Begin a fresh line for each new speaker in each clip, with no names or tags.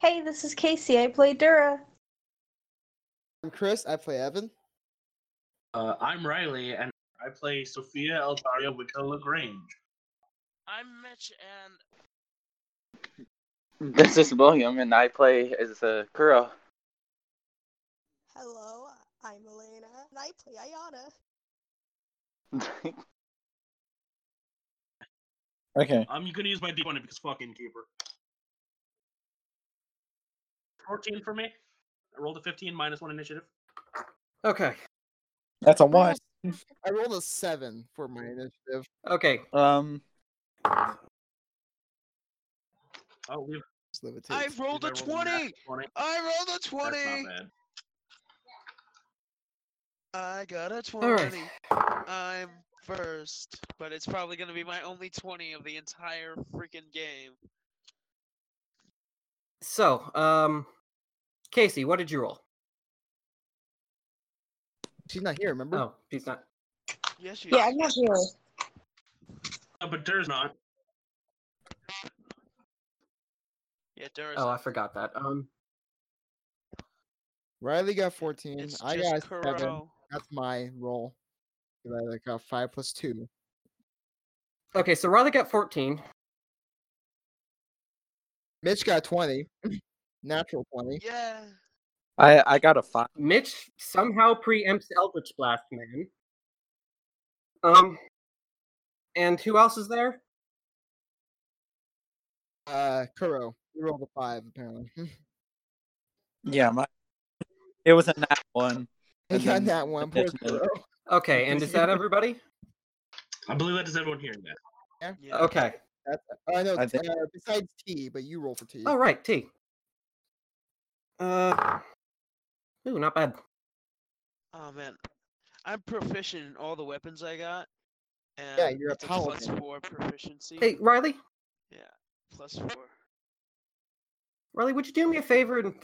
Hey, this is Casey. I play Dura.
I'm Chris. I play Evan.
Uh, I'm Riley, and I play Sophia Eltaria Wicca LaGrange.
I'm Mitch, and
This is William, and I play as a Kuro.
Hello, I'm Elena, and I play Ayana.
Okay.
I'm gonna use my D20 because fuck Innkeeper. 14 for me. I rolled a 15 minus one initiative.
Okay.
That's a one.
I rolled a seven for my initiative.
Okay.
Um,
Oh, we've
Just leave it to-
I
we've
rolled a
rolled a
twenty.
nat 20.
I rolled a
That's not
twenty.
bad.
I got a twenty.
right.
I'm first, but it's probably gonna be my only twenty of the entire freaking game.
So, um, Casey, what did you roll?
She's not here, remember?
Oh, she's not.
Yes, you.
Yeah, I'm not here.
Uh, but there's not.
Yeah, Doris.
Oh, I forgot that. Um,
Riley got 14.
it's
I got
just
seven.
Kuro.
That's my roll. 'Cause I like got five plus two.
okay. So Riley got fourteen.
Mitch got 20. Natural 20.
Yeah.
I I got a five.
Mitch somehow preempts Eldritch Blast Man. Um, and who else is there?
Uh, Kuro, you rolled a five apparently.
Yeah, my. It was a nat one.
he
And
got
then
that one. Poor
additional-
Kuro.
Okay, and is that everybody?
I believe that is everyone here. Yeah.
Yeah.
Okay.
Oh, I know.
I think-
uh, besides T, but you roll for T.
Oh, right, T. Uh, ooh, not bad.
Oh man, I'm proficient in all the weapons I got. And
you're a
it's plus
paladin.
four proficiency.
Hey, Riley,
Plus four.
Riley, would you do me a favor and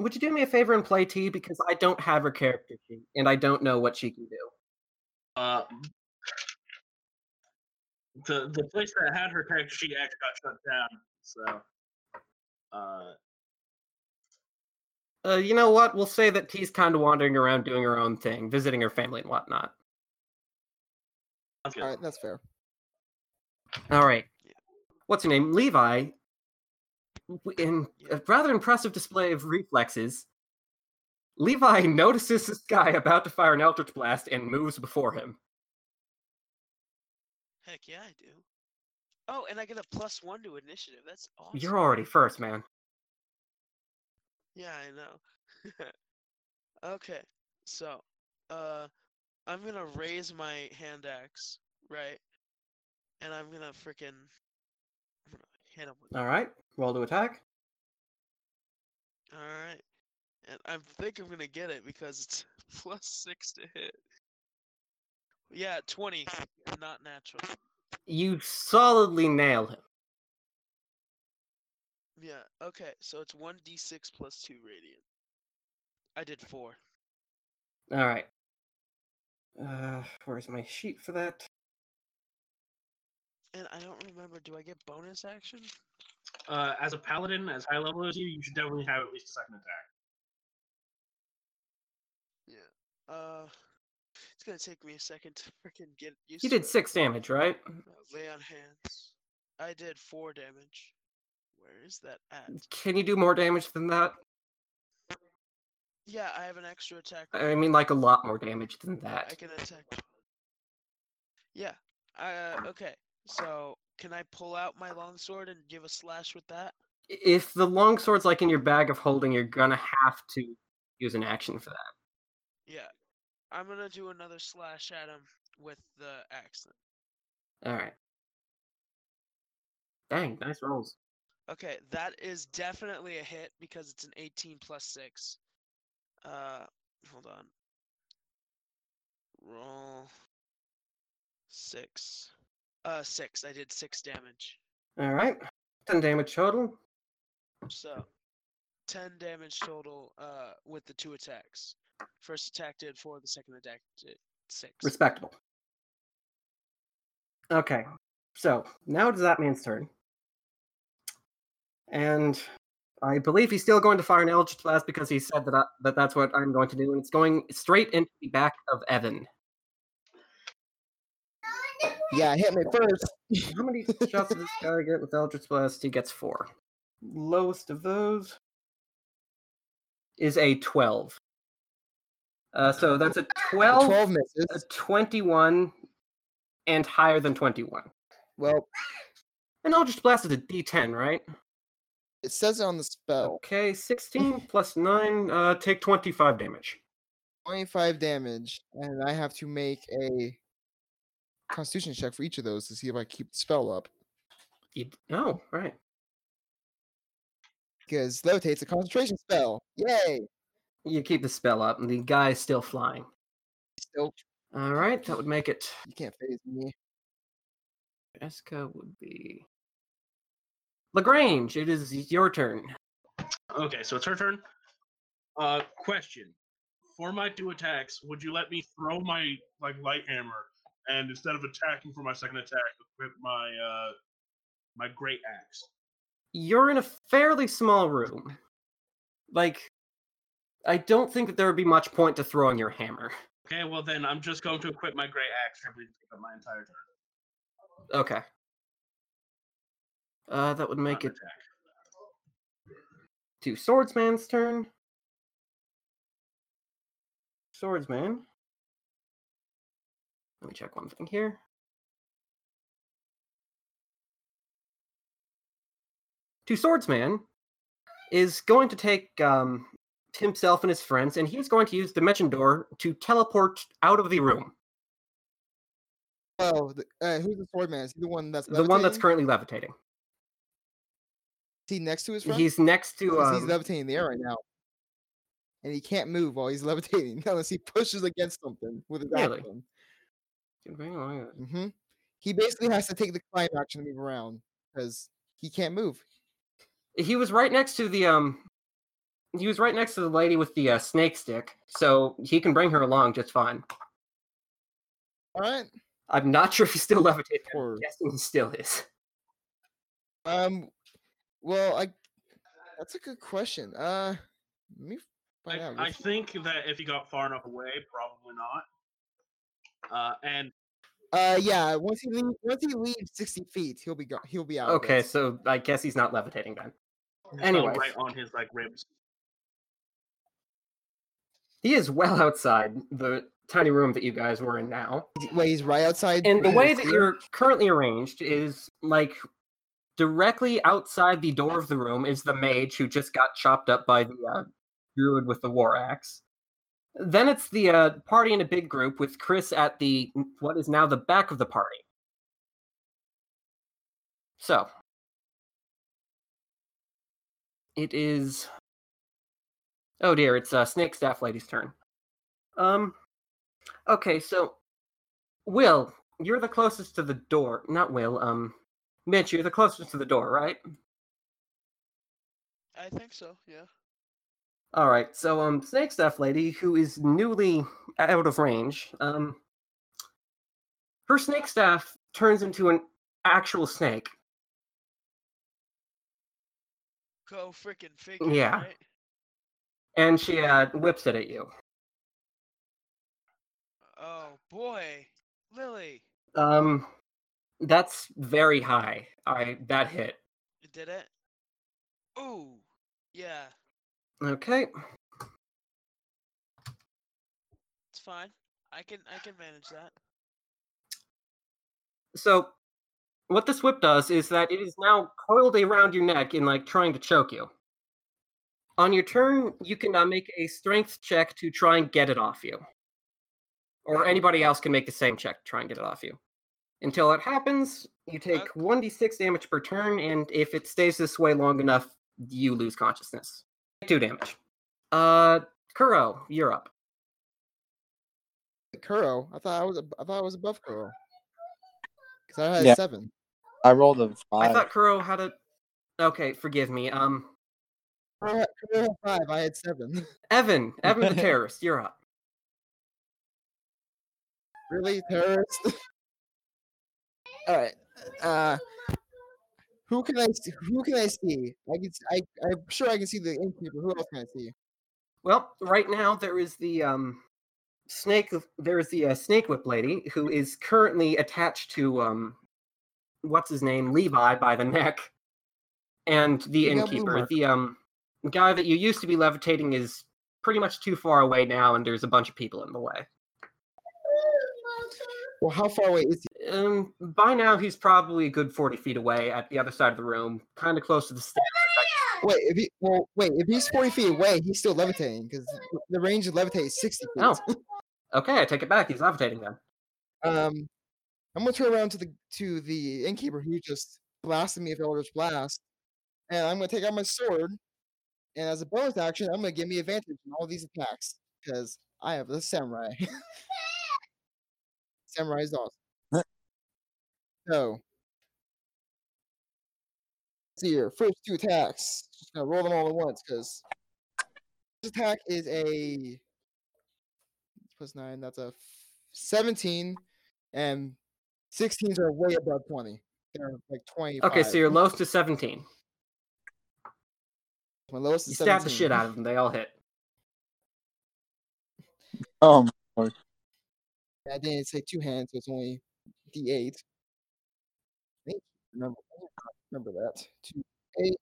would you do me a favor and play T because I don't have her character sheet and I don't know what she can do.
Uh, the the place that had her character sheet actually got shut down. So, uh,
Uh, you know what? We'll say that T's kind of wandering around doing her own thing, visiting her family and whatnot.
that's good.
All right, that's fair.
All right. What's her name? Levi. w- In a rather impressive display of reflexes, Levi notices this guy about to fire an Eldritch Blast and moves before him.
Heck yeah, I do. Oh, and I get a plus one to initiative. That's awesome.
You're already first, man.
Yeah, I know. okay, so, uh, I'm gonna raise my hand axe, right? And I'm gonna freaking I'm gonna hit him with it.
All right. Roll to attack.
All right, and I think I'm gonna get it because it's plus six to hit. Yeah, twenty, not natural.
You solidly nail him.
Yeah. Okay, so it's one d six plus two radiant. I did four.
All right. Uh, where's my sheet for that?
And I don't remember. Do I get bonus action?
Uh, as a paladin, as high level as you, you should definitely have at least a second attack.
Uh, it's gonna take me a second to freaking get used.
You
to
did
it.
six damage, right?
Uh, Lay on hands. I did four damage. Where is that at?
Can you do more damage than that?
Yeah, I have an extra attack.
I mean, like a lot more damage than
I
that.
can attack. Yeah.
Oh.
Uh, okay. So can I pull out my longsword and give a slash with that?
If the longsword's like in your bag of holding, you're gonna have to use an action for that.
Yeah. I'm gonna do another slash at him with the axe. then.
All right. Dang, nice rolls.
Okay, that is definitely a hit because it's an 18 plus 6. Uh, hold on. Roll 6. Uh, 6. I did 6 damage.
All right, ten damage total.
So, 10 damage total uh with the two attacks. First attack did 4, the second attack did 6.
Respectable. Okay, so now it is that man's turn. And I believe he's still going to fire an Eldritch Blast because he said that, I, that that's what I'm going to do, and it's going straight into the back of Evan.
Yeah, hit me first.
How many shots does this guy get with Eldritch Blast? He gets four. Lowest of those is a 12. Uh, so that's a 12,
Twelve misses.
a 21, and higher than 21.
Well,
And Eldritch Blast is a d10, right?
it says it on the spell.
Okay, 16 plus 9, uh, take 25 damage.
25 damage, and I have to make a constitution check for each of those to see if I keep the spell up.
You, oh, right.
Because levitate's a concentration spell. Yay!
You keep the spell up, and the guy is still flying.
Still,
All right, that would make it.
you can't phase me.
Eska would be. Lagrange, it is your turn.
Okay, so it's her turn. Uh, question: For my two attacks, would you let me throw my like light hammer, and instead of attacking for my second attack, equip my uh my great axe?
You're in a fairly small room. Like, I don't think that there would be much point to throwing your hammer.
Okay, well then I'm just going to equip my great axe and pick up my entire turn.
Okay. Uh, that would
not
make
an
it
attack.
to Swordsman's turn. Swordsman. Let me check one thing here. To Swordsman is going to take um, himself and his friends, and he's going to use Dimension Door to teleport out of the room.
Oh, the, uh, who's the sword man? Is he the one that's
The one
levitating?
that's currently levitating.
Is he next to his friend?
He's next to.
'Cause he's
um,
levitating in the air right now, and he can't move while he's levitating unless he pushes against something with his
Really?
action. hmm He basically has to take the climb action to move around because he can't move.
he was right next to the um he was right next to the lady with the uh, snake stick so he can bring her along just fine
All right.
i'm not sure if he's still levitating i'm
Or
guessing he still is
um, well, I. That's a good question. Uh, let me find out.
I, I
real
think that if he got far enough away, probably not. Uh, and
Uh, yeah. Once he leaves, once he leaves sixty feet, he'll be gone. He'll be out. of
okay
it.
so i guess he's not levitating then
fell
Anyways.
uh, right on his like ribs.
he is well outside the tiny room that you guys were in now
Is he- Wait, he's right outside.
and the
Rita's
way that
ear?
you're currently arranged is like directly outside the door of the room is the mage who just got chopped up by the uh, druid with the war axe then it's the uh, party in a big group with chris at the what is now the back of the party so it is oh dear it's uh, snake staff lady's turn um okay so will you're the closest to the door. Not Will. Um, Mitch, you're the closest to the door, right?
I think so, yeah.
All right. So, um, Snake Staff Lady, who is newly out of range, um, her snake staff turns into an actual snake.
Go freaking figure.
Yeah.
Right?
And she uh, whips it at you.
Oh boy, Lily,
Um, that's very high. All right, that hit.
you did it. Ooh, yeah,
Okay.
it's fine. I can I can manage that.
So, what this whip does is that it is now coiled around your neck and like trying to choke you. On your turn, you can uh, make a strength check to try and get it off you, or anybody else can make the same check to try and get it off you. Until it happens, you take
Okay.
one d6 damage per turn, and if it stays this way long enough, you lose consciousness. Two damage. Uh, Kuro, you're up.
Kuro. I thought I was. ab- I thought I was above Kuro. Because I had
Yeah.
seven.
I rolled a
I
five.
thought Kuro had a. Okay, forgive me. Um,
Kuro had, Kuro had five. I had seven.
Evan, Evan the terrorist, you're up.
really, terrorist. All right. Uh, Who can I see? Who can I see? I can. s- I. I'm sure I can see the innkeeper. Who else can I see?
Well, right now there is the um, snake. There is the uh, snake whip lady who is currently attached to um, what's his name, Levi, by the neck, and the
Levi
innkeeper.
Bloomer.
The um, guy that you used to be levitating is pretty much too far away now, and there's a bunch of people in the way.
Well, how far away is he?
Um, by now he's probably a good forty feet away at the other side of the room, kind of close to the stairs.
Wait, if he well, wait, if he's forty feet away, he's still levitating because the range of levitate is sixty feet.
Oh, okay, I take it back. He's levitating then.
Um, I'm gonna turn around to the to the innkeeper who just blasted me with Eldritch Blast, and I'm gonna take out my sword, and as a bonus action, I'm gonna give me advantage in all these attacks because I have the samurai. samurai is awesome. So, see your first two attacks. Just gonna roll them all at once because this attack is a plus nine. That's a seventeen and 16s are way above 20. They're like 20.
Okay, so you're lowest to seventeen.
my lowest
You
is
stab the
17.
shit out of them. They all hit.
Um,
I didn't say two hands, so it's only D8. I think remember, I remember that. Two eight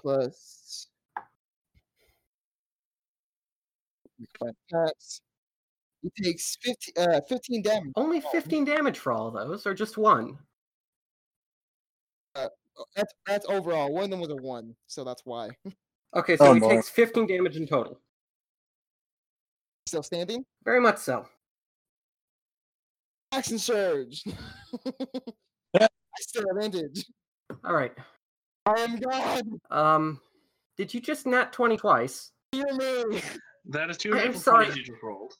plus five attacks. He takes 15, uh, 15 damage.
Only 15 damage for all those, or just one?
Oh, That's, that's overall. One of them was a one, so that's why.
Okay, so
Oh,
he
no.
takes 15 damage in total.
Still standing.
Very much so.
Action surge. I still have advantage.
All right.
I am God.
Um, did you just nat 20 twice?
Hear me.
That is two
I'm
natural
sorry.
20s you just rolled.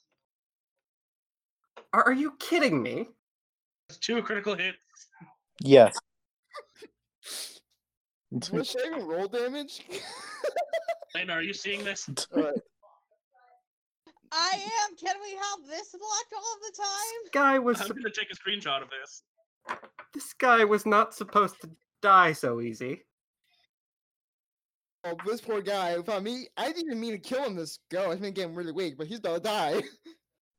Are, are you kidding me?
That's two critical hits.
yes.
Was I even roll damage?
Lena, are you seeing this?
I am. Can we have this blocked all the
This
time?
guy was
I'm gonna take a screenshot of this.
this guy was not supposed to die so easy.
oh, this poor guy. If I me, I didn't even mean to kill him this go. I've been getting really weak, but he's about to die.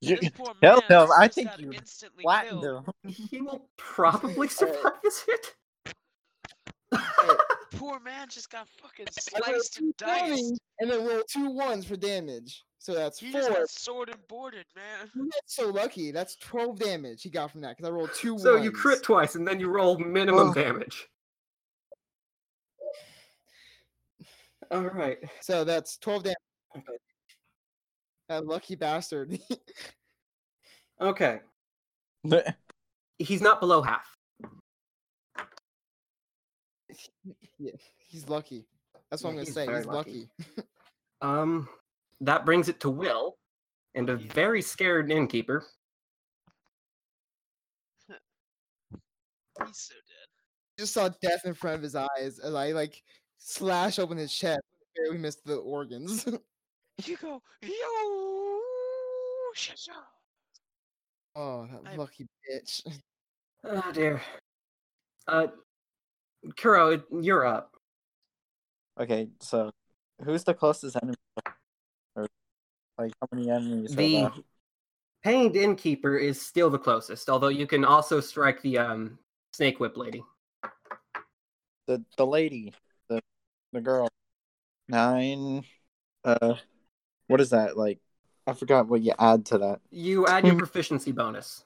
You,
This poor
Hell
man
no,
was
I
just
think
got
you
instantly
flattened
killed.
him.
He will probably survive this hit.
Poor man just got fucking
I rolled
sliced
two
and diced.
20, and then roll two ones for damage. So that's
He
four.
just got sword and boarded, man.
He got so lucky. That's twelve damage he got from that because I rolled two.
So you
ones.
crit twice and then you roll minimum
Ugh.
damage. All right.
So that's twelve damage. That lucky bastard.
Okay. He's not below half.
yeah, he's lucky. That's what
Yeah,
I'm
he's
gonna say.
very
He's
lucky.
lucky.
Um, that brings it to Will, and a very scared innkeeper.
He's so dead.
Just saw death in front of his eyes as I like slash open his chest. Barely missed the organs.
You go, yo, shut up.
Oh, that
I-
lucky bitch.
Oh dear. Uh, Kuro, it- you're up.
okay, so who's the closest enemy? Or, like, how many enemies? are
The
left?
pained innkeeper is still the closest, although you can also strike the um snake whip lady.
the the lady, the the girl. Nine. Uh, what is that like? I forgot what you add to that.
You add your
Hmm.
proficiency bonus,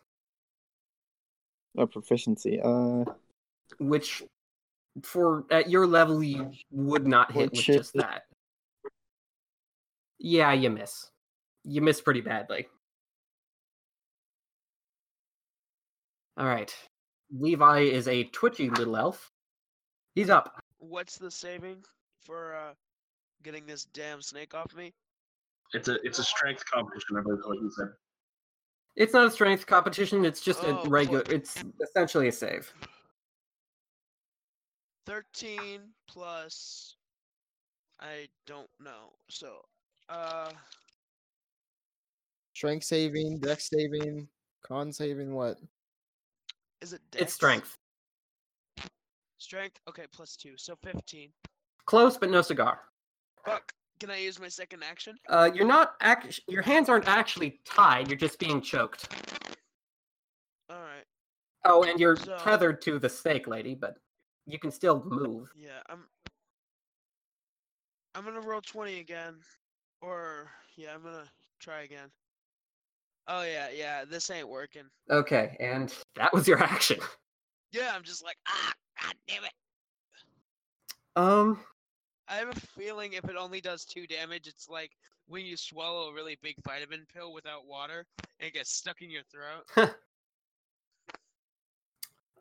A proficiency. Uh,
which for at your level you would not hit with
Which is-
just that. Yeah, you miss. You miss pretty badly. All right. Levi is a twitchy little elf. He's up.
What's the saving for uh, getting this damn snake off me?
It's a it's a strength competition, I believe is what he said.
It's not a strength competition, it's just
Oh,
a
cool.
regular it's essentially a save.
13 plus. I don't know. So, uh,
Strength saving, dex saving, con saving, what?
is it dex?
It's strength.
Strength. Okay, plus two, so fifteen.
Close, but no cigar.
Fuck. Can I use my second action?
Uh, you're not act- your hands aren't actually tied. You're just being choked.
All right.
Oh, and you're
So-
tethered to the stake, lady, but you can still move.
Yeah, I'm. I'm gonna roll twenty again, or yeah, I'm gonna try again. Oh yeah, yeah. This ain't working.
Okay, and that was your action.
Yeah, I'm just like ah, god damn it.
Um,
I have a feeling if it only does two damage, it's like when you swallow a really big vitamin pill without water and it gets stuck in your throat.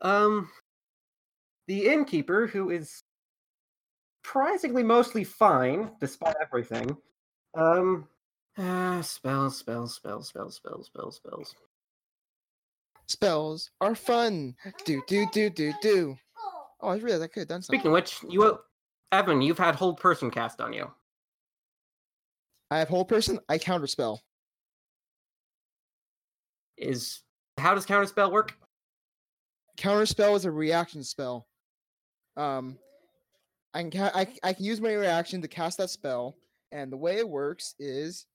um, the innkeeper, who is surprisingly mostly fine despite everything. Um, ah, spells, spells, spells, spells, spells, spells, spells.
Spells are fun. Do do do do do. Oh, I realized I could have done something.
Speaking of which, you, owe- Evan, you've had hold person cast on you.
I have whole person. I counter spell.
Is how does counter spell work?
Counter spell is a reaction spell. Um, I can ca- I, c- I can use my reaction to cast that spell, and the way it works is,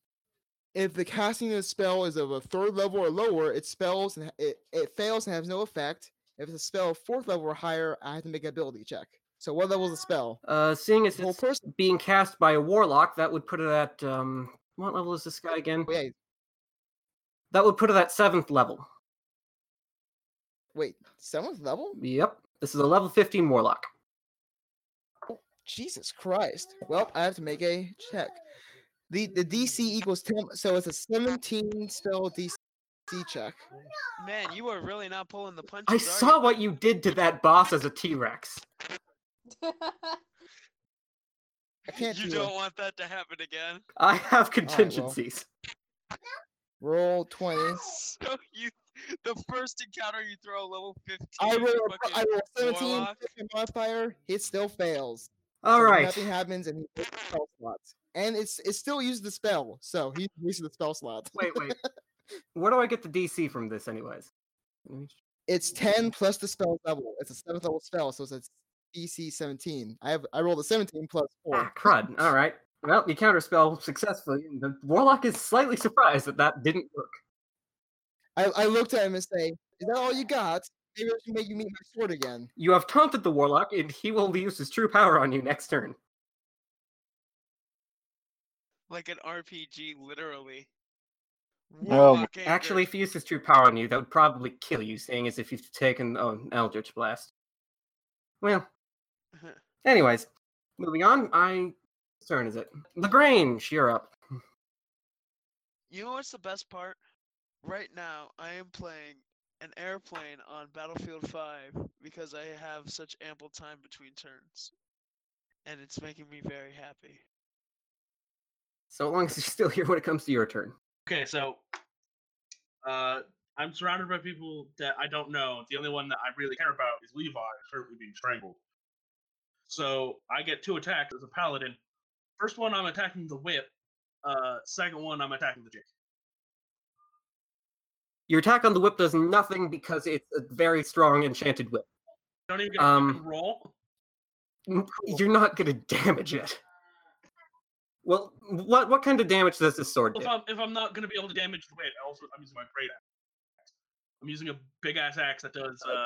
if the casting of the spell is of a third level or lower, it spells and ha- it, it fails and has no effect. If it's a spell fourth level or higher, I have to make an ability check. So what level is the spell?
Uh, seeing as
Whole
it's
person.
being cast by a warlock, that would put it at um, what level is this guy again?
Oh, yeah.
That would put it at seventh level.
Wait, seventh level?
Yep, this is a level fifteen warlock.
Jesus Christ. Well, I have to make a check. The the DC equals 10, so it's a 17 spell DC check.
Man, you are really not pulling the punches.
I
are
saw
you?
what you did to that boss as a T Rex.
I can't
You
do a
don't want that to happen again.
I have
well.
contingencies.
roll 20.
So you, the first encounter you throw a level fifteen.
I roll, a-
fucking
I roll 17
warlock.
with my modifier. It still fails.
All
So
right,
Nothing happens, and he uses the spell slots. And it's it still uses the spell, so he uses the spell slots.
wait, wait. Where do I get the DC from this, anyways? Let me ch-
It's 10 plus the spell level. It's a seventh level spell, so it's a DC 17. I have I rolled a 17 plus four.
Ah, crud. All right. Well, you counterspell successfully, and the warlock is slightly surprised that that didn't work.
I, I looked at him and say, "Is that all you got? Maybe I should make you meet my sword again."
You have taunted the warlock, and he will use his true power on you next turn.
like an RPG, literally.
No,
Warlock anger.
Actually, if he used his true power on you, that would probably kill you, seeing as if you've taken oh, an Eldritch Blast. Well, anyways, moving on. I. whose turn is it? Lagrange, you're up.
you know what's the best part? Right now, I am playing an airplane on Battlefield 5 because I have such ample time between turns, and it's making me very happy.
So long as you're still here when it comes to your turn.
Okay, so uh, I'm surrounded by people that I don't know. The only one that I really care about is Levi, who's currently being strangled. So I get two attacks as a paladin. First one, I'm attacking the whip. Uh, second one, I'm attacking the jig.
Your attack on the whip does nothing because it's a very strong enchanted whip.
Don't even get a
Um,
fucking roll.
N- You're not going to damage it. Well, what what kind of damage does this sword do?
If I'm, if I'm not going to be able to damage the whip, I also, I'm using my great axe. I'm using a big ass axe that does, uh,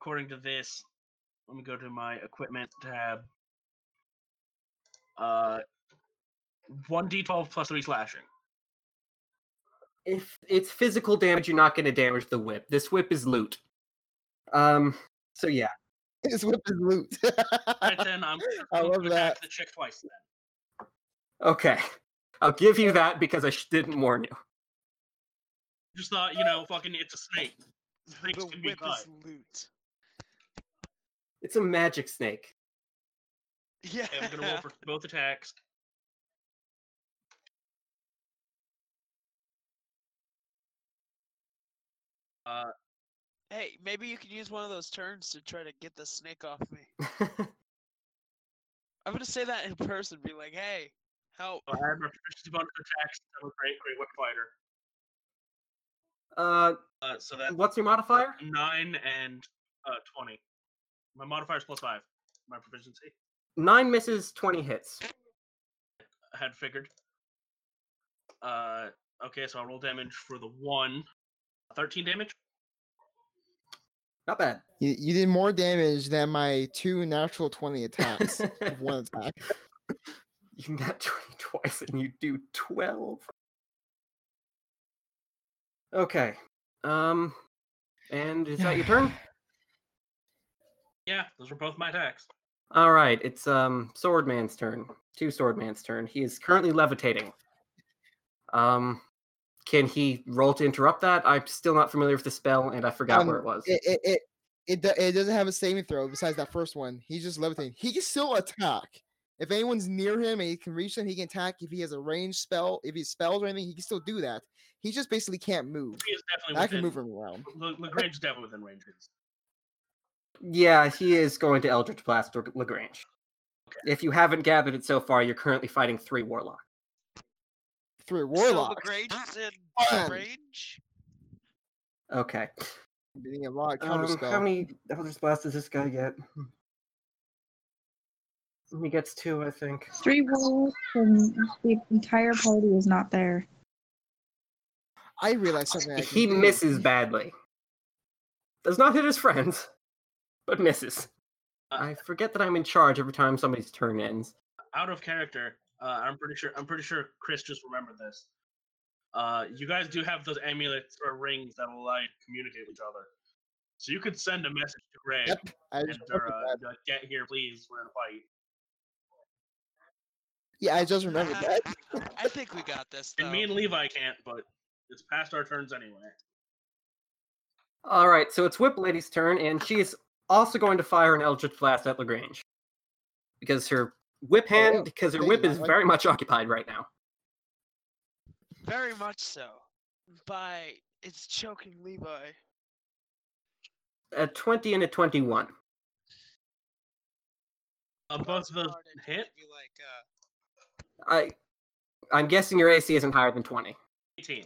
according to this, let me go to my equipment tab. Uh, 1d12 plus 3 slashing.
if it's physical damage, you're not going to damage the whip. This whip is loot. Um. So yeah.
His whip is loot.
And then I'm
I
going to
love
attack
that.
the chick twice then.
Okay. I'll give you that because I sh- didn't warn you.
Just thought, you know, fucking it's a snake. Snakes
The
can be
whip
cut.
is loot.
It's a magic snake.
Yeah.
Okay, I'm gonna roll for both attacks. Uh,
Hey, maybe you can use one of those turns to try to get the snake off me. I'm gonna say that in person, be like, "Hey, help!"
I have my proficiency bonus attacks. I'm a great, great whip fighter.
uh,
Uh, so that's
what's your modifier?
nine and uh, twenty. My modifier's plus five. My proficiency.
Nine misses, 20 hits.
I had figured. Uh, okay, so I roll damage for the one. 13 damage?
Not bad.
You, you did more damage than my two natural 20 attacks of
you
one attack.
nat 20 twice and you do 12. Okay. Um, and is that your turn?
Yeah, those were both my attacks.
All right, it's um Swordman's turn. Two Swordman's turn. He is currently levitating. Um, can he roll to interrupt that? I'm still not familiar with the spell, and I forgot where
Um,
it was.
It, it, it, it, do- it doesn't have a saving throw besides that first one. He's just levitating. He can still attack. If anyone's near him and he can reach them, he can attack. If he has a range spell, if he spells or anything, he can still do that. He just basically can't move.
He is definitely
I can
within.
move him around.
L- Lagrange is definitely within range. of this.
Yeah, he is going to Eldritch Blast Lag- Lagrange. If you haven't gathered it so far, you're currently fighting three Warlock.
Through
So
Warlock.
Lagrange is in
Fun.
range.
Okay.
Being a lot of
Um,
counterspell.
how many Eldritch Blasts does this guy get? He gets two, I think.
Three wolves and the entire party is not there.
I realized something. I can
he
do.
misses badly. Does not hit his friends, but misses.
Uh,
I forget that I'm in charge every time somebody's turn ends.
Out of character, uh, I'm pretty sure. I'm pretty sure Chris just remembered this. Uh, you guys do have those amulets or rings that will like communicate with each other, so you could send a message to Greg
Yep. I
and uh,
just remembered
Dura,
that.
and be like, "Get here, please. We're in a fight."
Yeah, I just remembered that.
I think we got this. Though.
And me and Levi can't, but it's past our turns anyway.
All right, so it's Whip Lady's turn, and she is also going to fire an Eldritch Blast at Lagrange because her whip
Oh, yeah,
hand, because her
thank
whip
you, I
is
like
very much occupied right now.
Very much so. By it's choking Levi.
A twenty and a twenty-one.
Uh, both of those
Started to
hit.
Be like, uh,
I, I'm guessing your AC isn't higher than twenty.
18.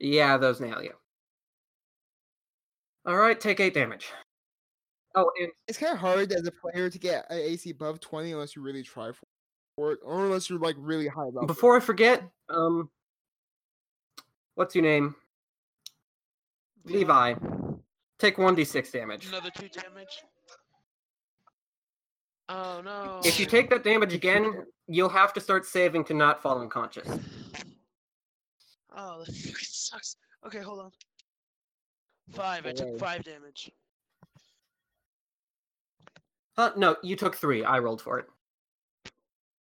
Yeah, those nail you. All right, take eight damage. Oh, and
It's kind of hard as a player to get an AC above 20 unless you really try for for it, or unless you're like really high level.
Before I forget, um, what's your name? Levi. Take 1d6 damage.
uh, Another two damage. Oh no.
If you take that damage again, you'll have to start saving to not fall unconscious.
Oh, this fucking sucks. Okay, hold on. Five. I took
Alright.
five damage.
Uh, no, you took three. I rolled for it.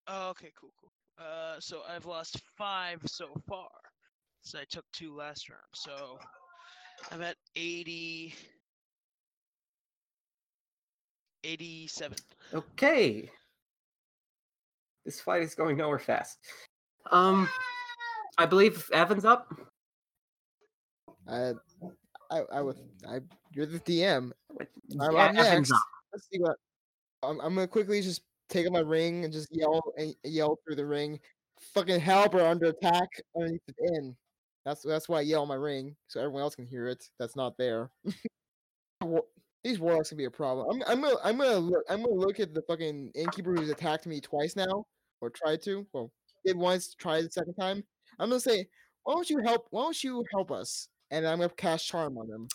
Oh, okay, cool, cool. Uh, so I've lost five so far. So I took two last round. So I'm at 80. 87.
Okay. This fight is going nowhere fast. Um, I believe Evan's up.
I, I, I would, I, you're the DM. I'm,
Yeah,
I'm
Evan's
next.
up.
Let's see what. I'm, I'm gonna quickly just take out my ring and just yell and yell through the ring. Fucking help! We're under attack underneath the inn. That's that's why I yell my ring so everyone else can hear it. That's not there. Wa- These warlocks can be a problem. I'm I'm gonna I'm gonna look I'm gonna look at the fucking innkeeper who's attacked me twice now or tried to. Well, did once, tried the second time. I'm gonna say, why don't you help? Why don't you help us? And I'm gonna cast charm on them.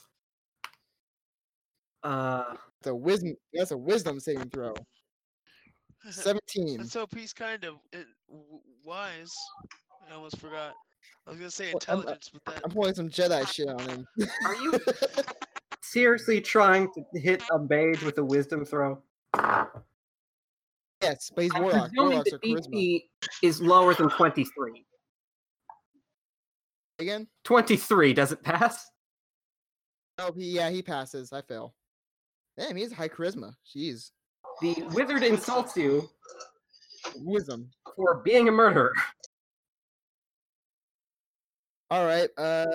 Uh,
It's a wisdom. That's a wisdom saving throw. Seventeen.
That's so he's kind of uh, w- wise. I almost forgot. I was gonna say
Well,
uh,
I'm-
intelligence, but that
I'm pulling some Jedi shit on him.
are you seriously trying to hit a mage with a wisdom throw?
yes, but he's
I'm
warlock.
presuming
Warlocks are
the
charisma.
DC is lower than 23.
Again?
23 doesn't pass.
Oh, he, yeah, he passes. I fail. Damn, he has high charisma. Jeez.
The wizard insults you
Wisdom.
for being a murderer.
All right. Uh,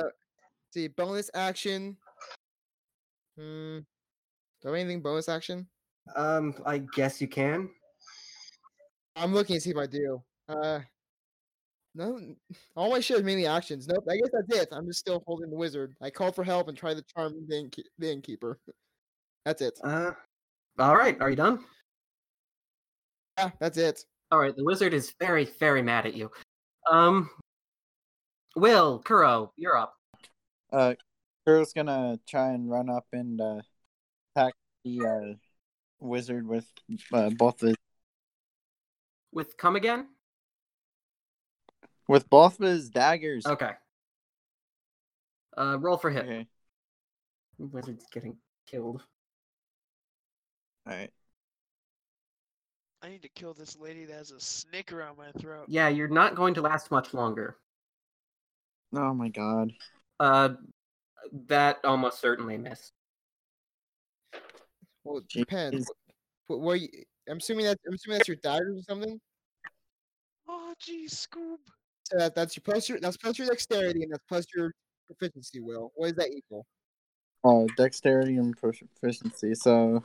see, bonus action. Hmm. Do I have anything bonus action?
Um, I guess you can.
I'm looking to see if I do. Uh, no, n- all my shit is mainly actions. Nope, I guess that's it. I'm just still holding the wizard. I called for help and tried to charm the, innke- the innkeeper. That's it.
Uh, all right, are you done?
Yeah, Ah, that's it.
All right, the wizard is very, very mad at you. Um, Will, Kuro, you're up.
Uh, Kuro's gonna try and run up and uh, attack the uh, wizard with uh, both his
With come again?
with both of his daggers.
Okay. Uh, roll for hit.
Okay.
Wizard's getting killed.
All right.
I need to kill this lady that has a snicker on my throat.
Yeah, you're not going to last much longer.
Oh my god.
Uh, that almost certainly missed.
Well, it depends. What, what are you, I'm assuming that I'm assuming that's your daggers or something.
Oh, geez, Scoob.
So that, that's your plus your that's plus your dexterity and that's plus your proficiency. Will what does that equal?
Oh, dexterity and proficiency. So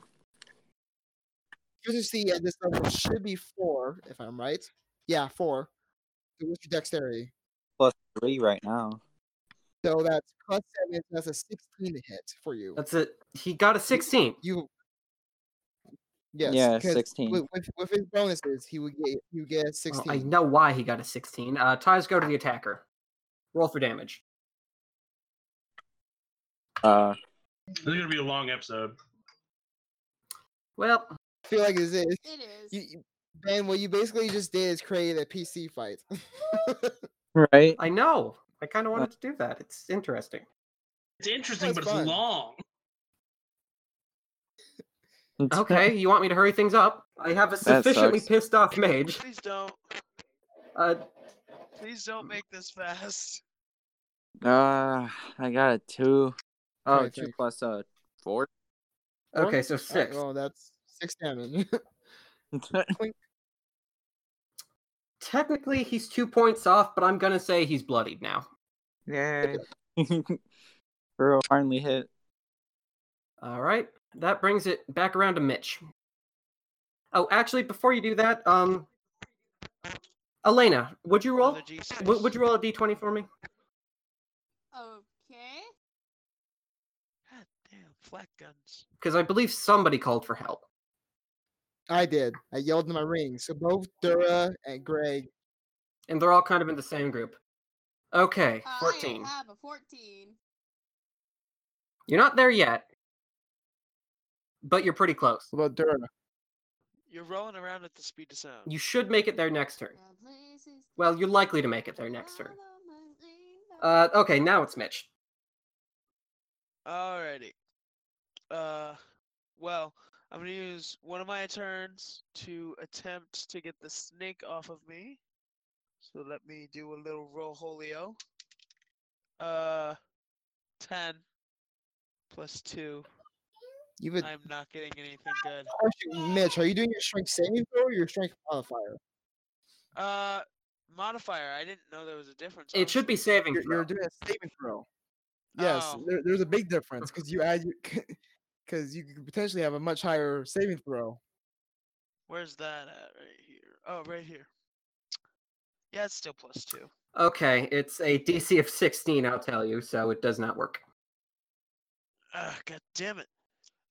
Proficiency at this level should be four, if I'm right. Yeah, four. So what's your dexterity?
three right now.
So that's plus seven. That's a sixteen to hit for you.
That's it. He got a 16.
you. Yes.
Yeah,
because
16.
With, with, with his bonuses, he would get he would get
Well,
sixteen.
Oh, I know why he got a 16. Uh, ties go to the attacker. Roll for damage.
Uh,
This is gonna be a long episode.
Well,
I feel like this is
It is.
you, you- Ben. What you basically just did is create a PC fight.
right.
I know. I kind of wanted to do that. It's interesting.
It's interesting,
That's
but it's
fun.
long.
Okay, you want me to hurry things up? I have a
That
sufficiently
sucks.
pissed off mage.
Please don't.
Uh,
Please don't make this fast.
Uh, I got a two. Oh,
Right,
two
thanks.
plus uh four.
Four?
okay, so
Alright,
six.
well, "Oh, that's six damage.
Technically, he's two points off, but I'm gonna say he's bloodied now.
yeah. Burrow finally hit.
All right, that brings it back around to Mitch. Oh, actually, before you do that, um, Elena, would you roll?
Another G
Would, would you roll a d20 for me?
Okay.
God damn, flat guns.
Because I believe somebody called for help.
I did. I yelled in my ring. So both Dura and Greg.
and they're all kind of in the same group. Okay, fourteen.
I have a 14.
You're not there yet, but you're pretty close.
What about Dura?
You're rolling around at the speed of sound.
You should make it there next turn.
The place is
Well, you're likely to make it there next turn.
all on my lane.
Uh, okay, now it's Mitch.
Alrighty. Uh, well, I'm gonna use one of my turns to attempt to get the snake off of me. So let me do a little roll holio. Uh, ten plus two.
You would.
I'm not getting anything good.
Question, Mitch, are you doing your strength saving throw or your strength modifier?
Uh, modifier. I didn't know there was a difference.
It should
honestly.
be saving
You're,
throw.
you're doing a saving throw. Yes,
Oh.
there, there's a big difference because you add your. Because you could potentially have a much higher saving throw.
Where's that at? Right here. Oh, right here. Yeah, it's still plus two.
Okay, it's a DC of sixteen. I'll tell you, so it does not work.
Ah, god damn it.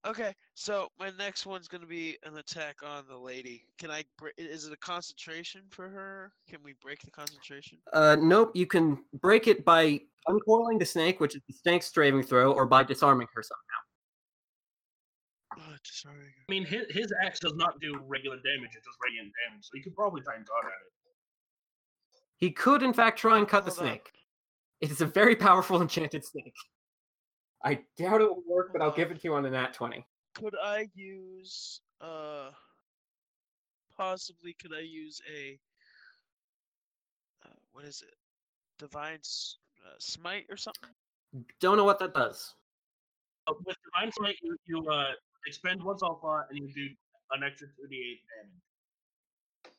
Okay, so my next one's gonna be an attack on the lady. Can I? br- i- Is it a concentration for her? Can we break the concentration?
Uh, nope. You can break it by uncoiling the snake, which is the snake's saving throw, or by disarming her. Somehow.
Oh, sorry.
I mean, his, his axe does not do regular damage; it does radiant damage. So you could probably thank God at it.
He could, in fact, try and cut the
Hold on.
snake. It is a very powerful enchanted snake. I doubt it will work, but I'll give it to you on the nat 20.
Could I use uh? Possibly, could I use a? Uh, what is it? Divine s- uh, smite or something?
Don't know what that does.
Uh, with divine smite, you, you uh, expend one alpha and you do an extra two d eight damage.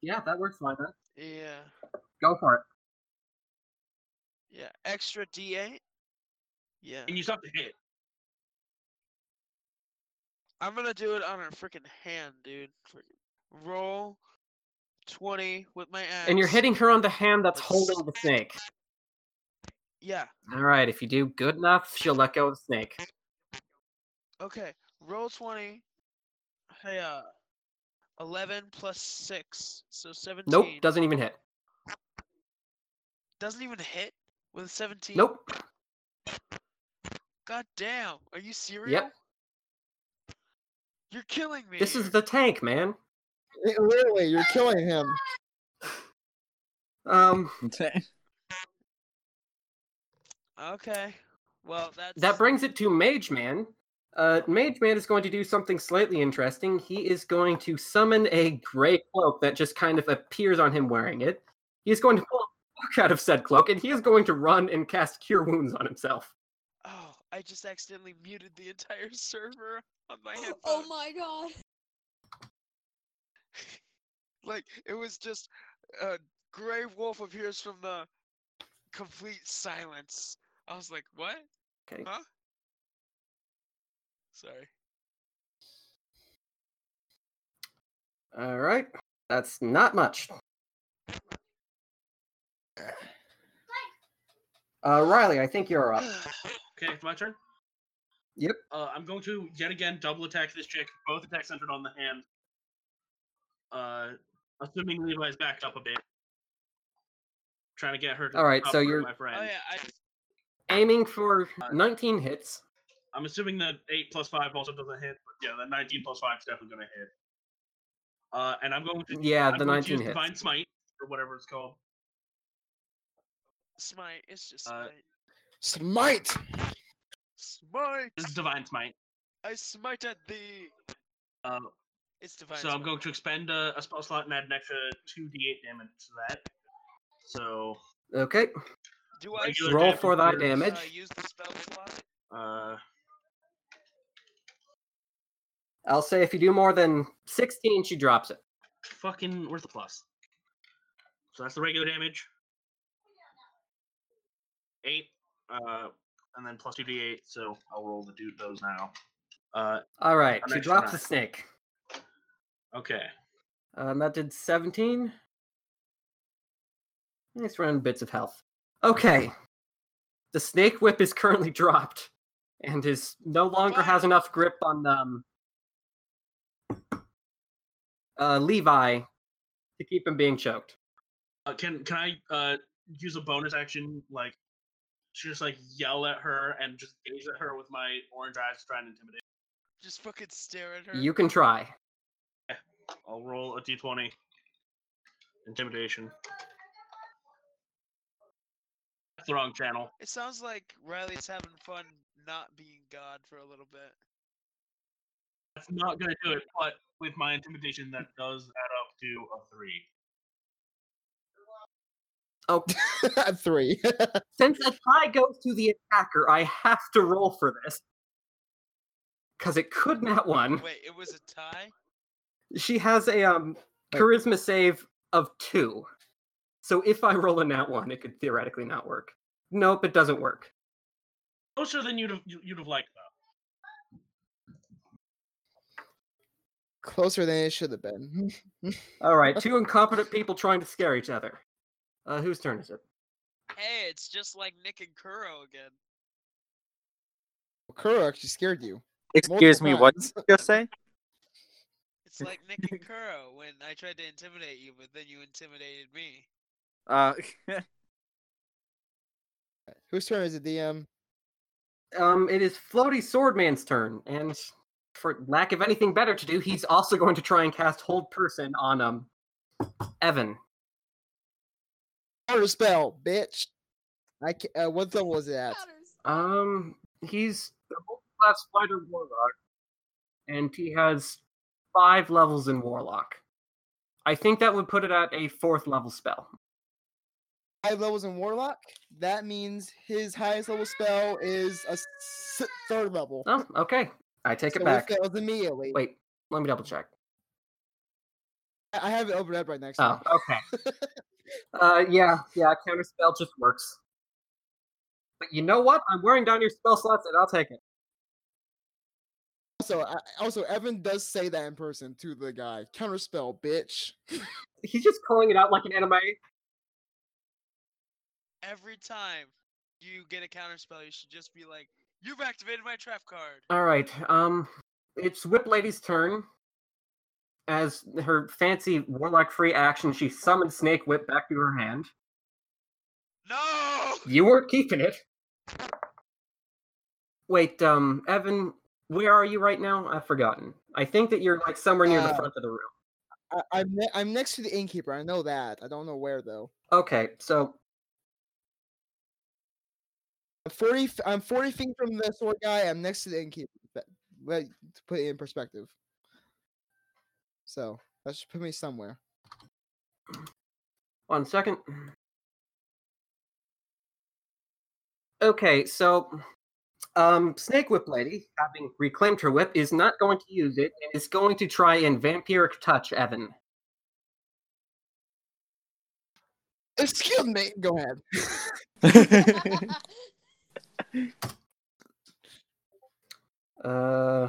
Yeah, that works fine then.
Yeah.
Go for it.
Yeah. Extra D8. Yeah.
And you still have to hit.
I'm gonna do it on her freaking hand, dude. Frickin' Roll twenty with my axe.
And you're hitting her on the hand that's
Let's-
holding the snake.
Yeah.
All right, if you do good enough, she'll let go of the snake.
Okay. Roll twenty. Hey, uh, eleven plus six, so seventeen.
Nope, doesn't even hit.
Doesn't even hit with a seventeen.
Nope.
God damn. Are you serious?
Yep.
You're killing me.
This is
here.
the tank, man.
Literally, you're killing him.
Um,
Okay. Well, that's
that brings it to Mage Man. Uh, Mage Man is going to do something slightly interesting. He is going to summon a gray cloak that just kind of appears on him wearing it. He is going to pull the fuck out of said cloak, and he is going to run and cast Cure Wounds on himself.
Oh, I just accidentally muted the entire server on my headphone.
Oh my god.
like it was just a gray wolf appears from the complete silence. I was like, "What?"
Okay.
Huh? Sorry.
All right, that's not much. Uh, Riley, I think you're up.
Oh,
Okay, it's my turn.
Yep.
Uh, I'm going to yet again double attack this chick. Both attacks centered on the hand. Uh, assuming Levi's backed up a bit, trying to get her. To
All right, so
cover
you're-
my friend.
oh yeah, I
Aiming for
Uh,
19 hits.
I'm assuming that eight plus five also doesn't hit. But yeah, that 19 plus five is definitely going to hit. Uh, and I'm going to
Yeah,
I'm
Mm, the
going to
19
use
hits.
divine smite or whatever it's called.
smite. It's just
Uh,
smite.
Smite.
Smite.
This is divine smite.
I smite at thee.
Uh,
It's divine.
so I'm
smite.
going to expend a, a spell slot and add an extra 2d8 damage to that. So
Okay,
Do I
regular
roll
damage
for thy
versus,
Uh,
damage.
use the spell slot.
uh,
I'll say if you do more than 16, she drops it.
fucking where's the plus? So that's the regular damage. Eight, uh, and then plus two d eight. So I'll roll the dude those now. Uh,
All right,
An
she
extra
drops the
nine.
snake.
okay.
Um, that did 17. Let's run bits of health. Okay. The snake whip is currently dropped and is no longer has
Fine.
enough grip on um, uh, Levi to keep him being choked.
Uh, can can I uh use a bonus action like to just like yell at her and just gaze at her with my orange eyes to try and intimidate?
Just fucking stare at her.
You can try.
I'll roll a d twenty. Intimidation. That's the wrong channel.
It sounds like Riley's having fun not being God for a little bit.
That's not gonna do it, but with my intimidation, that does add up to a three.
Oh,
Three.
since a tie goes to the attacker, I have to roll for this. Because it could not one.
Wait, it was a tie?
She has a um
Wait.
charisma save of two. So if I roll a nat one, it could theoretically not work. Nope, it doesn't work.
Closer than you'd have you- you'd have liked though.
Closer than it should have been.
All right, two incompetent people trying to scare each other. Uh, whose turn is it?
Hey, it's just like Nick and Kuro again.
Kuro actually scared you.
Excuse me, what
Multiple
did you say?
It's like Nick and Kuro when I tried to intimidate you, but then you intimidated me.
Uh,
Whose turn is it, DM?
Um, it is Floaty Swordman's turn, and for lack of anything better to do, he's also going to try and cast Hold Person on um Evan.
Counter spell, bitch. I ca uh, what level was it at?
Counters.
Um, he's a class fighter warlock, and he has five levels in warlock. I think that would put it at a fourth level spell.
Five levels in warlock. That means his highest level spell is a s- third level.
Oh, okay. I take
so
it back.
He fails immediately.
Wait, let me double check.
I I have it opened up right next. to
Oh,
me.
okay. uh, yeah, yeah. Counter spell just works. But you know what? I'm wearing down your spell slots, and I'll take it.
Also, I, also Evan does say that in person to the guy. Counter spell, bitch.
He's just calling it out like an anime.
Every time you get a counterspell, you should just be like, You've activated my trap card.
All right. Um, it's Whip Lady's turn. As her fancy warlock free action, she summoned Snake Whip back to her hand.
No!
You weren't keeping it. Wait, um, Evan, where are you right now? I've forgotten. I think that you're like somewhere near the
Uh,
front of the room.
I, I'm ne- I'm next to the innkeeper. I know that. I don't know where though.
Okay, so
I'm forty. f- I'm forty feet from the sword guy. I'm next to the innkeeper. That, let- to put it in perspective. So that should put me somewhere.
one second. Okay, so um, Snake Whip Lady, having reclaimed her whip, is not going to use it and is going to try and vampiric touch Evan.
Excuse me. Go ahead.
Uh,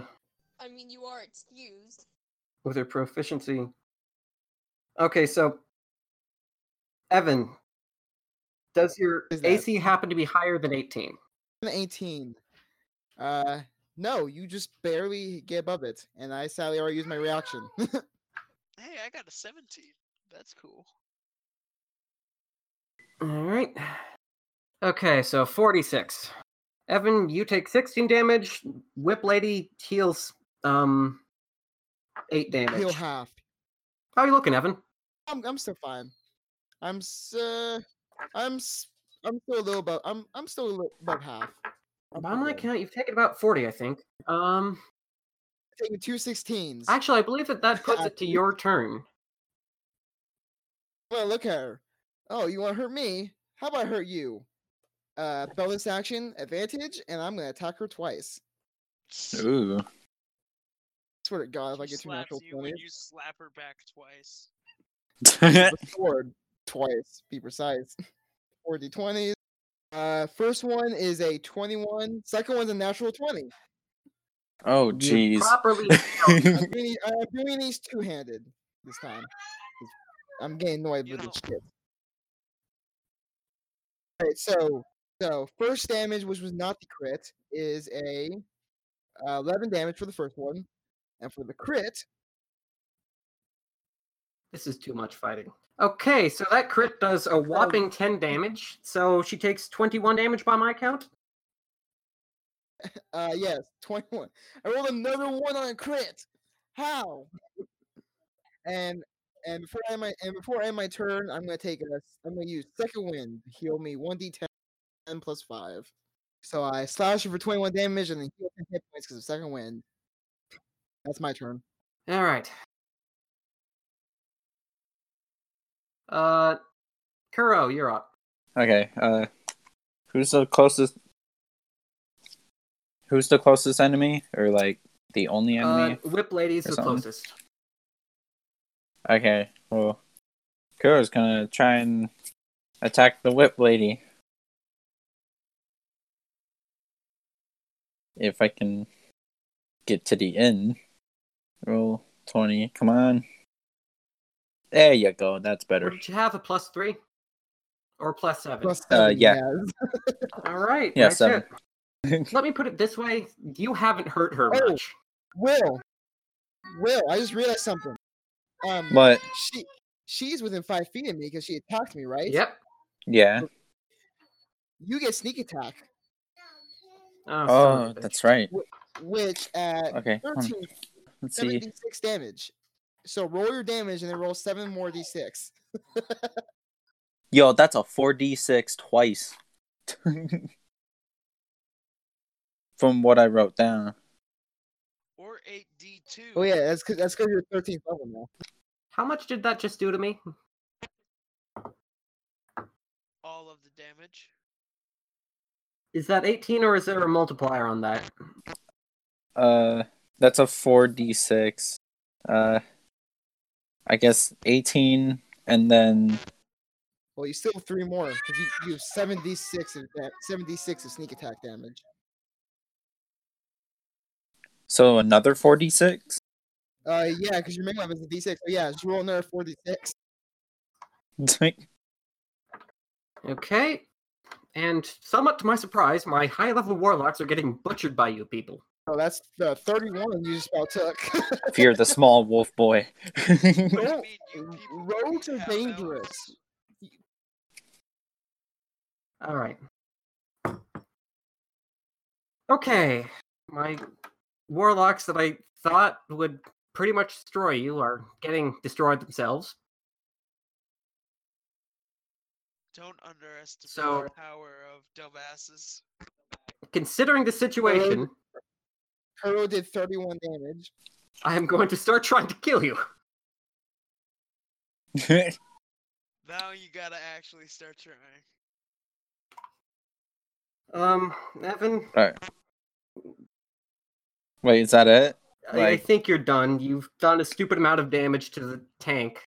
I mean, you are excused.
with her proficiency. Okay, so Evan, does your
Is that-
AC happen to be higher than 18?
An Eighteen. Uh, no, you just barely get above it, and I sadly already used my reaction.
Hey, I got a 17. That's cool.
All right. Okay, so 46. Evan, you take 16 damage. Whip Lady heals um 8 damage.
Heal half.
How are you looking, Evan?
I'm I'm still fine. I'm s- uh, I'm s- I'm still a little above. I'm I'm still a little above half.
By my
pretty good.
count, you've taken about 40, I think. Um
Taking two sixteens.
actually, I believe that that puts it to your turn.
Well, look at her. Oh, you want to hurt me? How about I hurt you? Uh, bonus action, advantage, and I'm gonna attack her twice.
Ooh.
Swear to God, if I
She
get two
slaps
natural
you when
twenties,
you slap her back twice.
the sword twice. Be precise. Four d twenties. Uh, first one is a twenty-one. Second one's a natural twenty.
oh,
You
jeez.
properly
I'm doing, the- I'm doing these uh, two-handed this time. 'cause I'm getting annoyed
You
with
know-
this shit. Alright, so so first damage, which was not the crit, is a uh, eleven damage for the first one, and for the crit,
This is too much fighting. Okay, so that crit does a whopping 10 damage. So she takes 21 damage by my count.
uh, yes, twenty-one. I rolled another one on a crit. How? And and before I end my and before I end my turn, I'm gonna take a s- I'm gonna use second wind to heal me one d10 plus five. So I slash her for 21 damage and then heal 10 hit points because of second wind. That's my turn.
All right. Uh, Kuro, you're up.
Okay. Uh, who's the closest? Who's the closest enemy, or like the only
Uh,
enemy?
Whip Lady's
or
the
something.
closest.
okay. Well, Kuro's gonna try and attack the whip lady. If I can get to the end. Roll twenty. Come on. There you go. That's better.
Would you have a plus three? Or plus seven?
Plus
Uh,
seven,
yeah.
yes.
All right.
Yeah,
that's
seven.
it. Let me put it this way you haven't hurt her
Oh.
much.
Will. Will, I just realized something. Um,
But
she she's within five feet of me because she attacked me, right?
Yep.
yeah.
You get sneak attack,
Oh, son
Oh,
of a bitch.
that's right.
which at
Okay. hold on.
13
Let's
seven
see.
d six damage. So roll your damage and then roll seven more d six.
Yo, that's a 4d6 twice. From what I wrote down.
Or 8d2.
Oh yeah, that's cause that's because you're thirteenth level now.
How much did that just do to me?
All of the damage.
Is that 18 or is there a multiplier on that?
Uh that's a 4d6. Uh I guess 18 and then
Well, you still have three more because you, you have seven d six of that seven d six of sneak attack damage.
so another 4d6?
Uh, yeah, because your main weapon is a d six. So yeah, just roll another four d six.
Okay. And somewhat to my surprise, my high level warlocks are getting butchered by you people.
Oh, that's the 31 you just about took.
Fear the small wolf boy.
What do you
Don't-
mean, you people already
Roads are
have
dangerous.
mountains?
All right. Okay. My warlocks that I thought would pretty much destroy you are getting destroyed themselves.
Don't underestimate
So-
the power of dumbasses.
Considering the situation,
Kuro did 31 damage.
I am going to start trying to kill you.
Now you gotta actually start trying.
Um, Evan,
Wait, is that it?
I, I
Like-
think you're done. You've done a stupid amount of damage to the tank.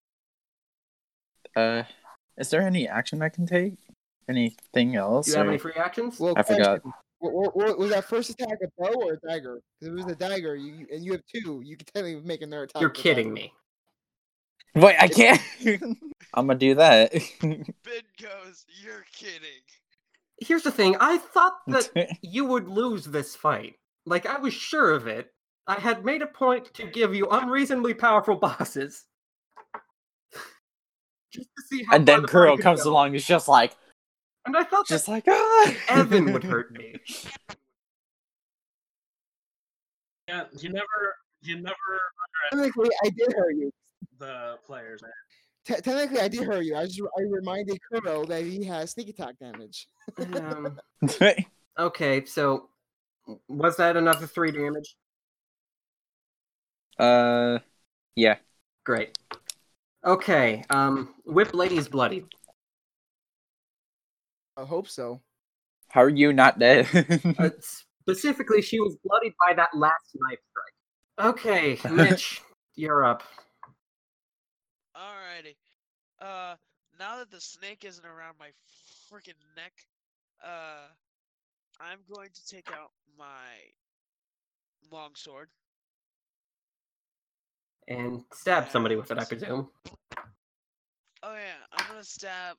Uh, is there any action I can take? Anything else?
Do you have
or-
any free actions?
Well,
I forgot.
question, wa- wa- wa- was that first attack a bow or a dagger? Because it was a dagger, you, you- and you have two, you can technically make another attack.
You're
with a
kidding
dagger.
me.
Wait, I can't. I'm gonna do that.
Ben goes, You're kidding.
Here's the thing. I thought that you would lose this fight. Like, I was sure of it. I had made a point to give you unreasonably powerful bosses. Just to see how
and
far
then
the party
Kuro
could
comes
go.
along. and Is just like,
And I thought
just
that
like ah.
Evan would hurt me.
Yeah, you never, you never
Technically, I did hurt you.
the players. man.
Te- technically, I did hurt you. I just I reminded Kuro that he has sneak attack damage.
Um, okay, so was that another three damage?
uh, yeah.
Great. Okay, um, Whip Lady's bloody.
I hope so.
How are you not dead?
Uh, specifically, she was bloodied by that last knife strike. Okay, Mitch, you're up.
Alrighty. Uh, now that the snake isn't around my freaking neck, uh, I'm going to take out my longsword.
And stab somebody with it, I presume.
Oh yeah, I'm gonna stab.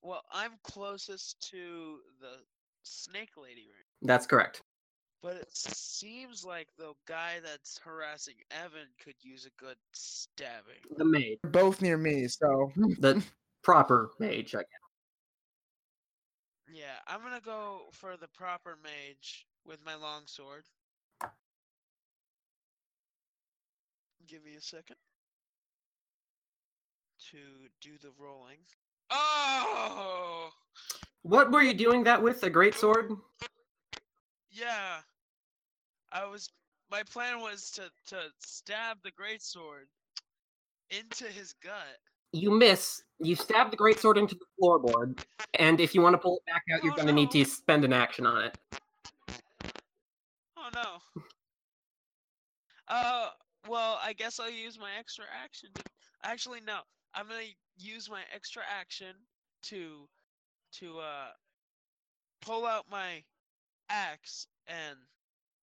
Well, I'm closest to the snake lady right
That's correct.
But it seems like the guy that's harassing Evan could use a good stabbing.
The mage,
They're both near me, so
the proper mage, I guess.
Yeah, I'm gonna go for the proper mage with my longsword. Give me a second to do the rolling. Oh,
What were you doing that with? A great sword?
yeah. I was. My plan was to to stab the greatsword into his gut.
You miss. You stab the great sword into the floorboard, and if you want to pull it back out, you're
Oh,
going to need to
no.
spend an action on it.
Oh no. Uh, well, I guess I'll use my extra action. To... Actually, no. I'm gonna use my extra action to to uh pull out my axe and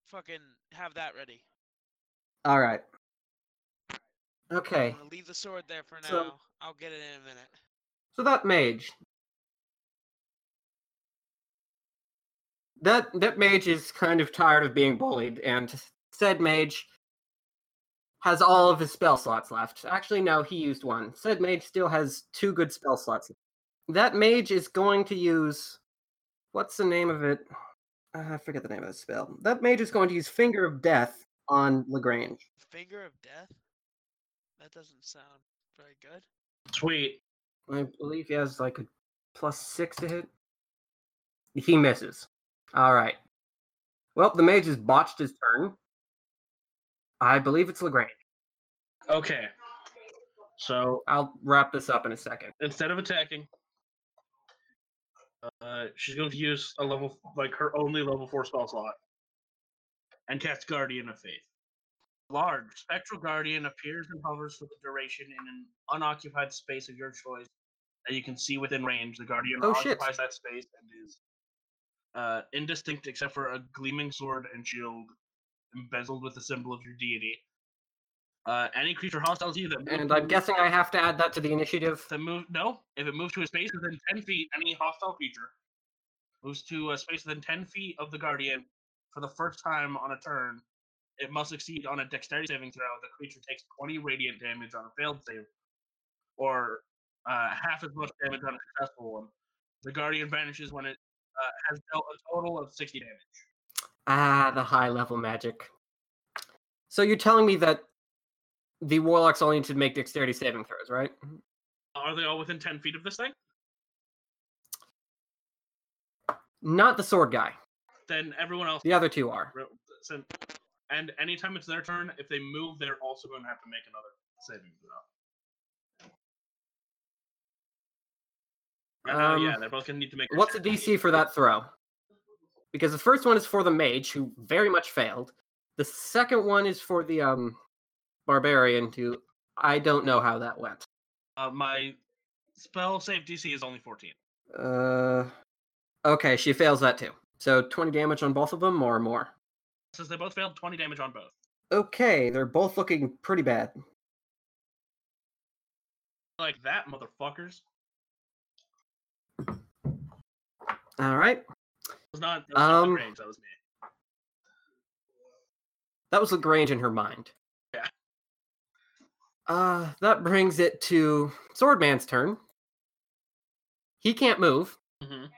fucking have that ready.
All right.
I'm
Okay,
gonna leave the sword there for now.
So-
I'll get it in a minute.
so that mage. That that mage is kind of tired of being bullied, and said mage has all of his spell slots left. Actually, no, he used one. Said mage still has two good spell slots. That mage is going to use what's the name of it? Uh, I forget the name of the spell. That mage is going to use Finger of Death on Lagrange.
Finger of death. That doesn't sound very good.
Sweet.
I believe he has like a plus six to hit. He misses. All right. Well, the mage has botched his turn. I believe it's Lagrange.
Okay. So
I'll wrap this up in a second.
instead of attacking, uh, she's going to use a level like her only level four spell slot, and cast Guardian of Faith. Large spectral guardian appears and hovers for the duration in an unoccupied space of your choice that you can see within range. The guardian
Oh, shit.
occupies that space and is uh, indistinct except for a gleaming sword and shield embezzled with the symbol of your deity. Uh, any creature hostile to you that moves
And
through-
I'm guessing I have to add that to the initiative.
to move. No, if it moves to a space within ten feet, any hostile creature moves to a space within ten feet of the guardian for the first time on a turn It must succeed on a dexterity saving throw. The creature takes 20 radiant damage on a failed save, or uh, half as much damage on a successful one. The guardian vanishes when it uh, has dealt a total of 60 damage.
Ah, the high level magic. So you're telling me that the warlocks only need to make dexterity saving throws, right?
Are they all within 10 feet of this thing?
Not the sword guy.
Then everyone else.
The other two are.
Re- sin- And anytime it's their turn, if they move, they're also going to have to make another saving throw. Right now, yeah,
Um,
they're both going to need to make.
What's the DC for that throw? Because the first one is for the mage, who very much failed. The second one is for the um barbarian, who I don't know how that went.
Uh, my spell save DC is only 14.
Uh, okay, she fails that too. So 20 damage on both of them, or more.
Since they both failed, 20 damage on both.
Okay, they're both looking pretty bad.
Like that, motherfuckers.
All right,
It was not. That was not
Um,
the range, that was me.
that was Lagrange in her mind.
Yeah.
Uh, that brings it to Swordman's turn. He can't move.
Mhm.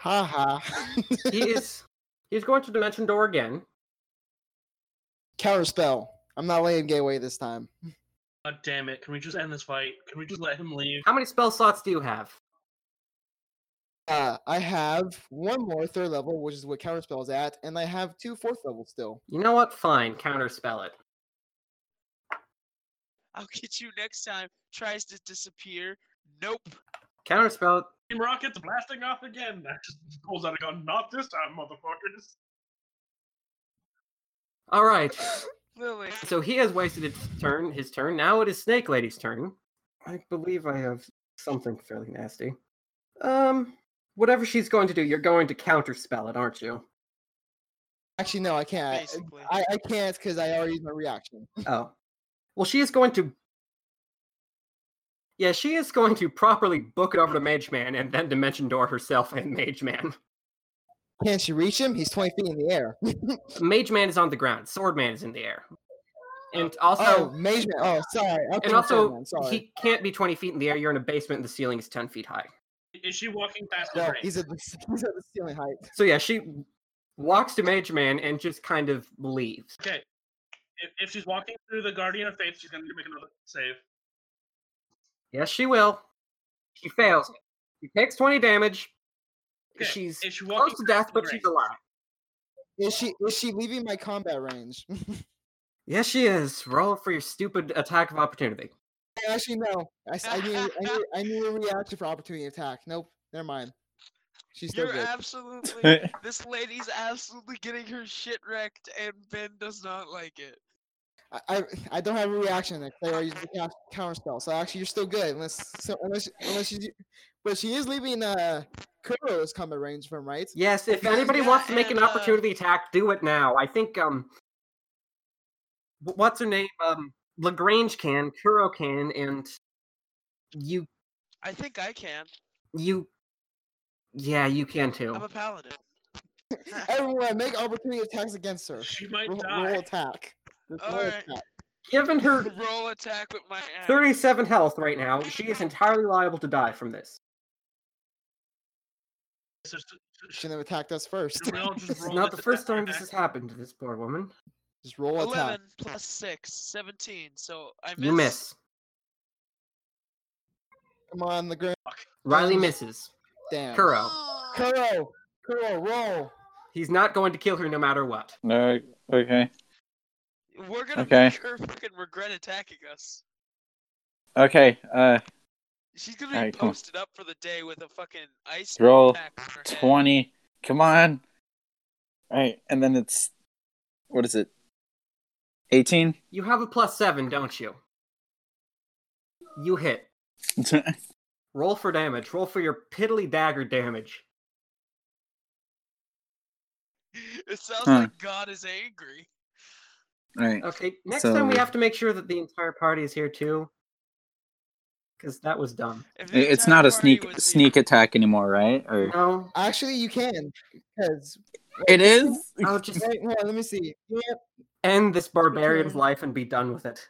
Ha ha.
He is he's going to Dimension Door again.
Counter spell. I'm not laying gateway this time.
God damn it. Can we just end this fight? Can we just let him leave?
How many spell slots do you have?
Uh, I have one more third level, which is what counter spell is at, and I have two fourth levels still.
You know what? Fine, counterspell it.
I'll get you next time. Tries to disappear. Nope.
Counterspell it.
Team Rocket's blasting off again. That just pulls out a gun. Not this time, motherfuckers.
All right.
Lily.
So he has wasted his turn. His turn. Now it is Snake Lady's turn. I believe I have something fairly nasty. Um, whatever she's going to do, you're going to counterspell it, aren't you?
Actually, no, I
Uh,
can't.
Basically.
I, I can't because I already used my reaction.
Oh. Well, she is going to. Yeah, she is going to properly book it over to Mage Man and then Dimension Door herself and Mage Man.
Can't she reach him? He's 20 feet in the air.
Oh. Mage Man is on the ground. Sword Man is in the air. And also,
Oh, Mage Man. Oh, sorry. I
and
couldn't say
also
man, sorry.
he can't be 20 feet in the air you're in a basement and the ceiling is 10 feet high
Is she walking past the
No,
range?
he's at the, he's at the ceiling height.
so yeah she walks to mage man and just kind of leaves
Okay. If, if she's walking through the Guardian of Faith, she's going to make another save.
yes she will she fails she takes 20 damage
Okay,
she's
Is she walking
close to death
through
but
the
she's
range?
alive
Is she is she leaving my combat range?
yes she is roll for your stupid attack of opportunity
Actually, no. I, s- I need, I, need, I need a reaction for opportunity attack. Nope. Never mind. She's still
You're
good.
absolutely. this lady's absolutely getting her shit wrecked, and Ben does not like it.
I, I I don't have a reaction there. 'cause I already used the coun- counter spell. So actually, you're still good unless so, unless unless you. But she is leaving uh Kuro's combat range from right.
yes if anybody
Yeah,
wants to make an
and, uh,
opportunity attack do it now i think um wh- what's her name um lagrange can kuro can and you
I think I can.
You, yeah, you can too.
I'm a paladin.
Everyone, make opportunity attacks against her.
She might
Roll,
die.
roll attack. Just roll
Alright.
attack.
Given her
Roll attack with my axe.
37 health right now, she is entirely liable to die from this.
So sh- sh- sh-
Shouldn't have attacked us first.
should we all just
This is
roll
not
this
the first
attack
time this
back?
has happened to this poor woman.
Just roll attack.
11 plus 6, 17. So I miss.
You miss.
Come on, the grand
Riley
Um,
misses.
damn.
Kuro.
Aw.
Kuro, Kuro, roll.
He's not going to kill her no matter what.
No. Okay.
We're gonna
Okay.
make her fucking regret attacking us.
Okay. Uh,
She's gonna be
Alright, come on.
posted up for the day with a fucking ice
Roll
pack on her head.
twenty. Come on. All right, and then it's what is it? Eighteen.
You have a plus seven, don't you? You hit. Roll for damage. Roll for your piddly dagger damage.
It sounds
Huh.
like God is angry.
All right.
Okay, next
So-
time we have to make sure that the entire party is here too. Because that was dumb.
If the
It's
entire
not a
party
sneak
was here-
sneak attack anymore, right? Or
No,
Actually, you can because
It is.
I'll just
Wait, hold on, let me see. Yeah,
end this barbarian's
Okay.
life and be done with it.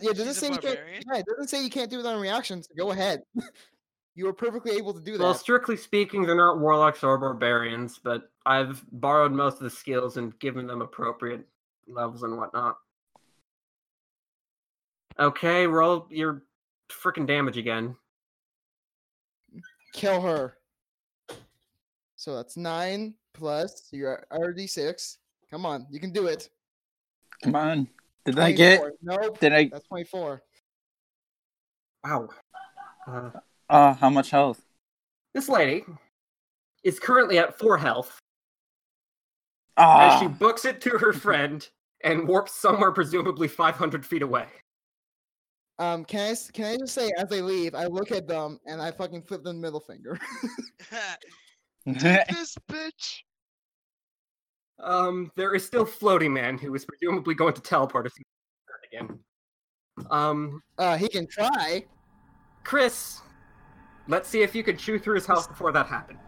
yeah it doesn't
He's a
say you can't.
barbarian?
Yeah, it doesn't say you can't do it on reactions. Go ahead. you were perfectly able to do that.
Well, strictly speaking, they're not warlocks or barbarians, but I've borrowed most of the skills and given them appropriate levels and whatnot. Okay, roll your freaking damage again.
Kill her. So that's nine plus your RD six. Come on, you can do it.
Come on. Did I get?
24. Nope.
Did I?
That's twenty-four.
Wow. Uh,
Uh, how much health?
this lady is currently at four health as she
Ah,
books it to her friend and warps somewhere presumably 500 feet away.
Um, can I s- can I just say as I leave, I look at them and I fucking flip them the middle finger.
Ah.
this bitch.
Um, there is still Floaty Man, who is presumably going to teleport us again. Um,
uh, he can try.
Chris, let's see if you can chew through his house before that happened.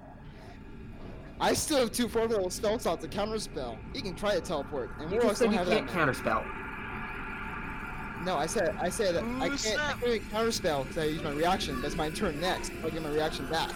I still have two fourth level spell slots to counter spell. He can try to teleport, and
You
Warlocks
just said
don't
you
have
can't
that.
counterspell.
No, I said I said I
Ooh,
can't, I
snap.
can't counter spell because I use my reaction. That's my turn next. I'll get my reaction back.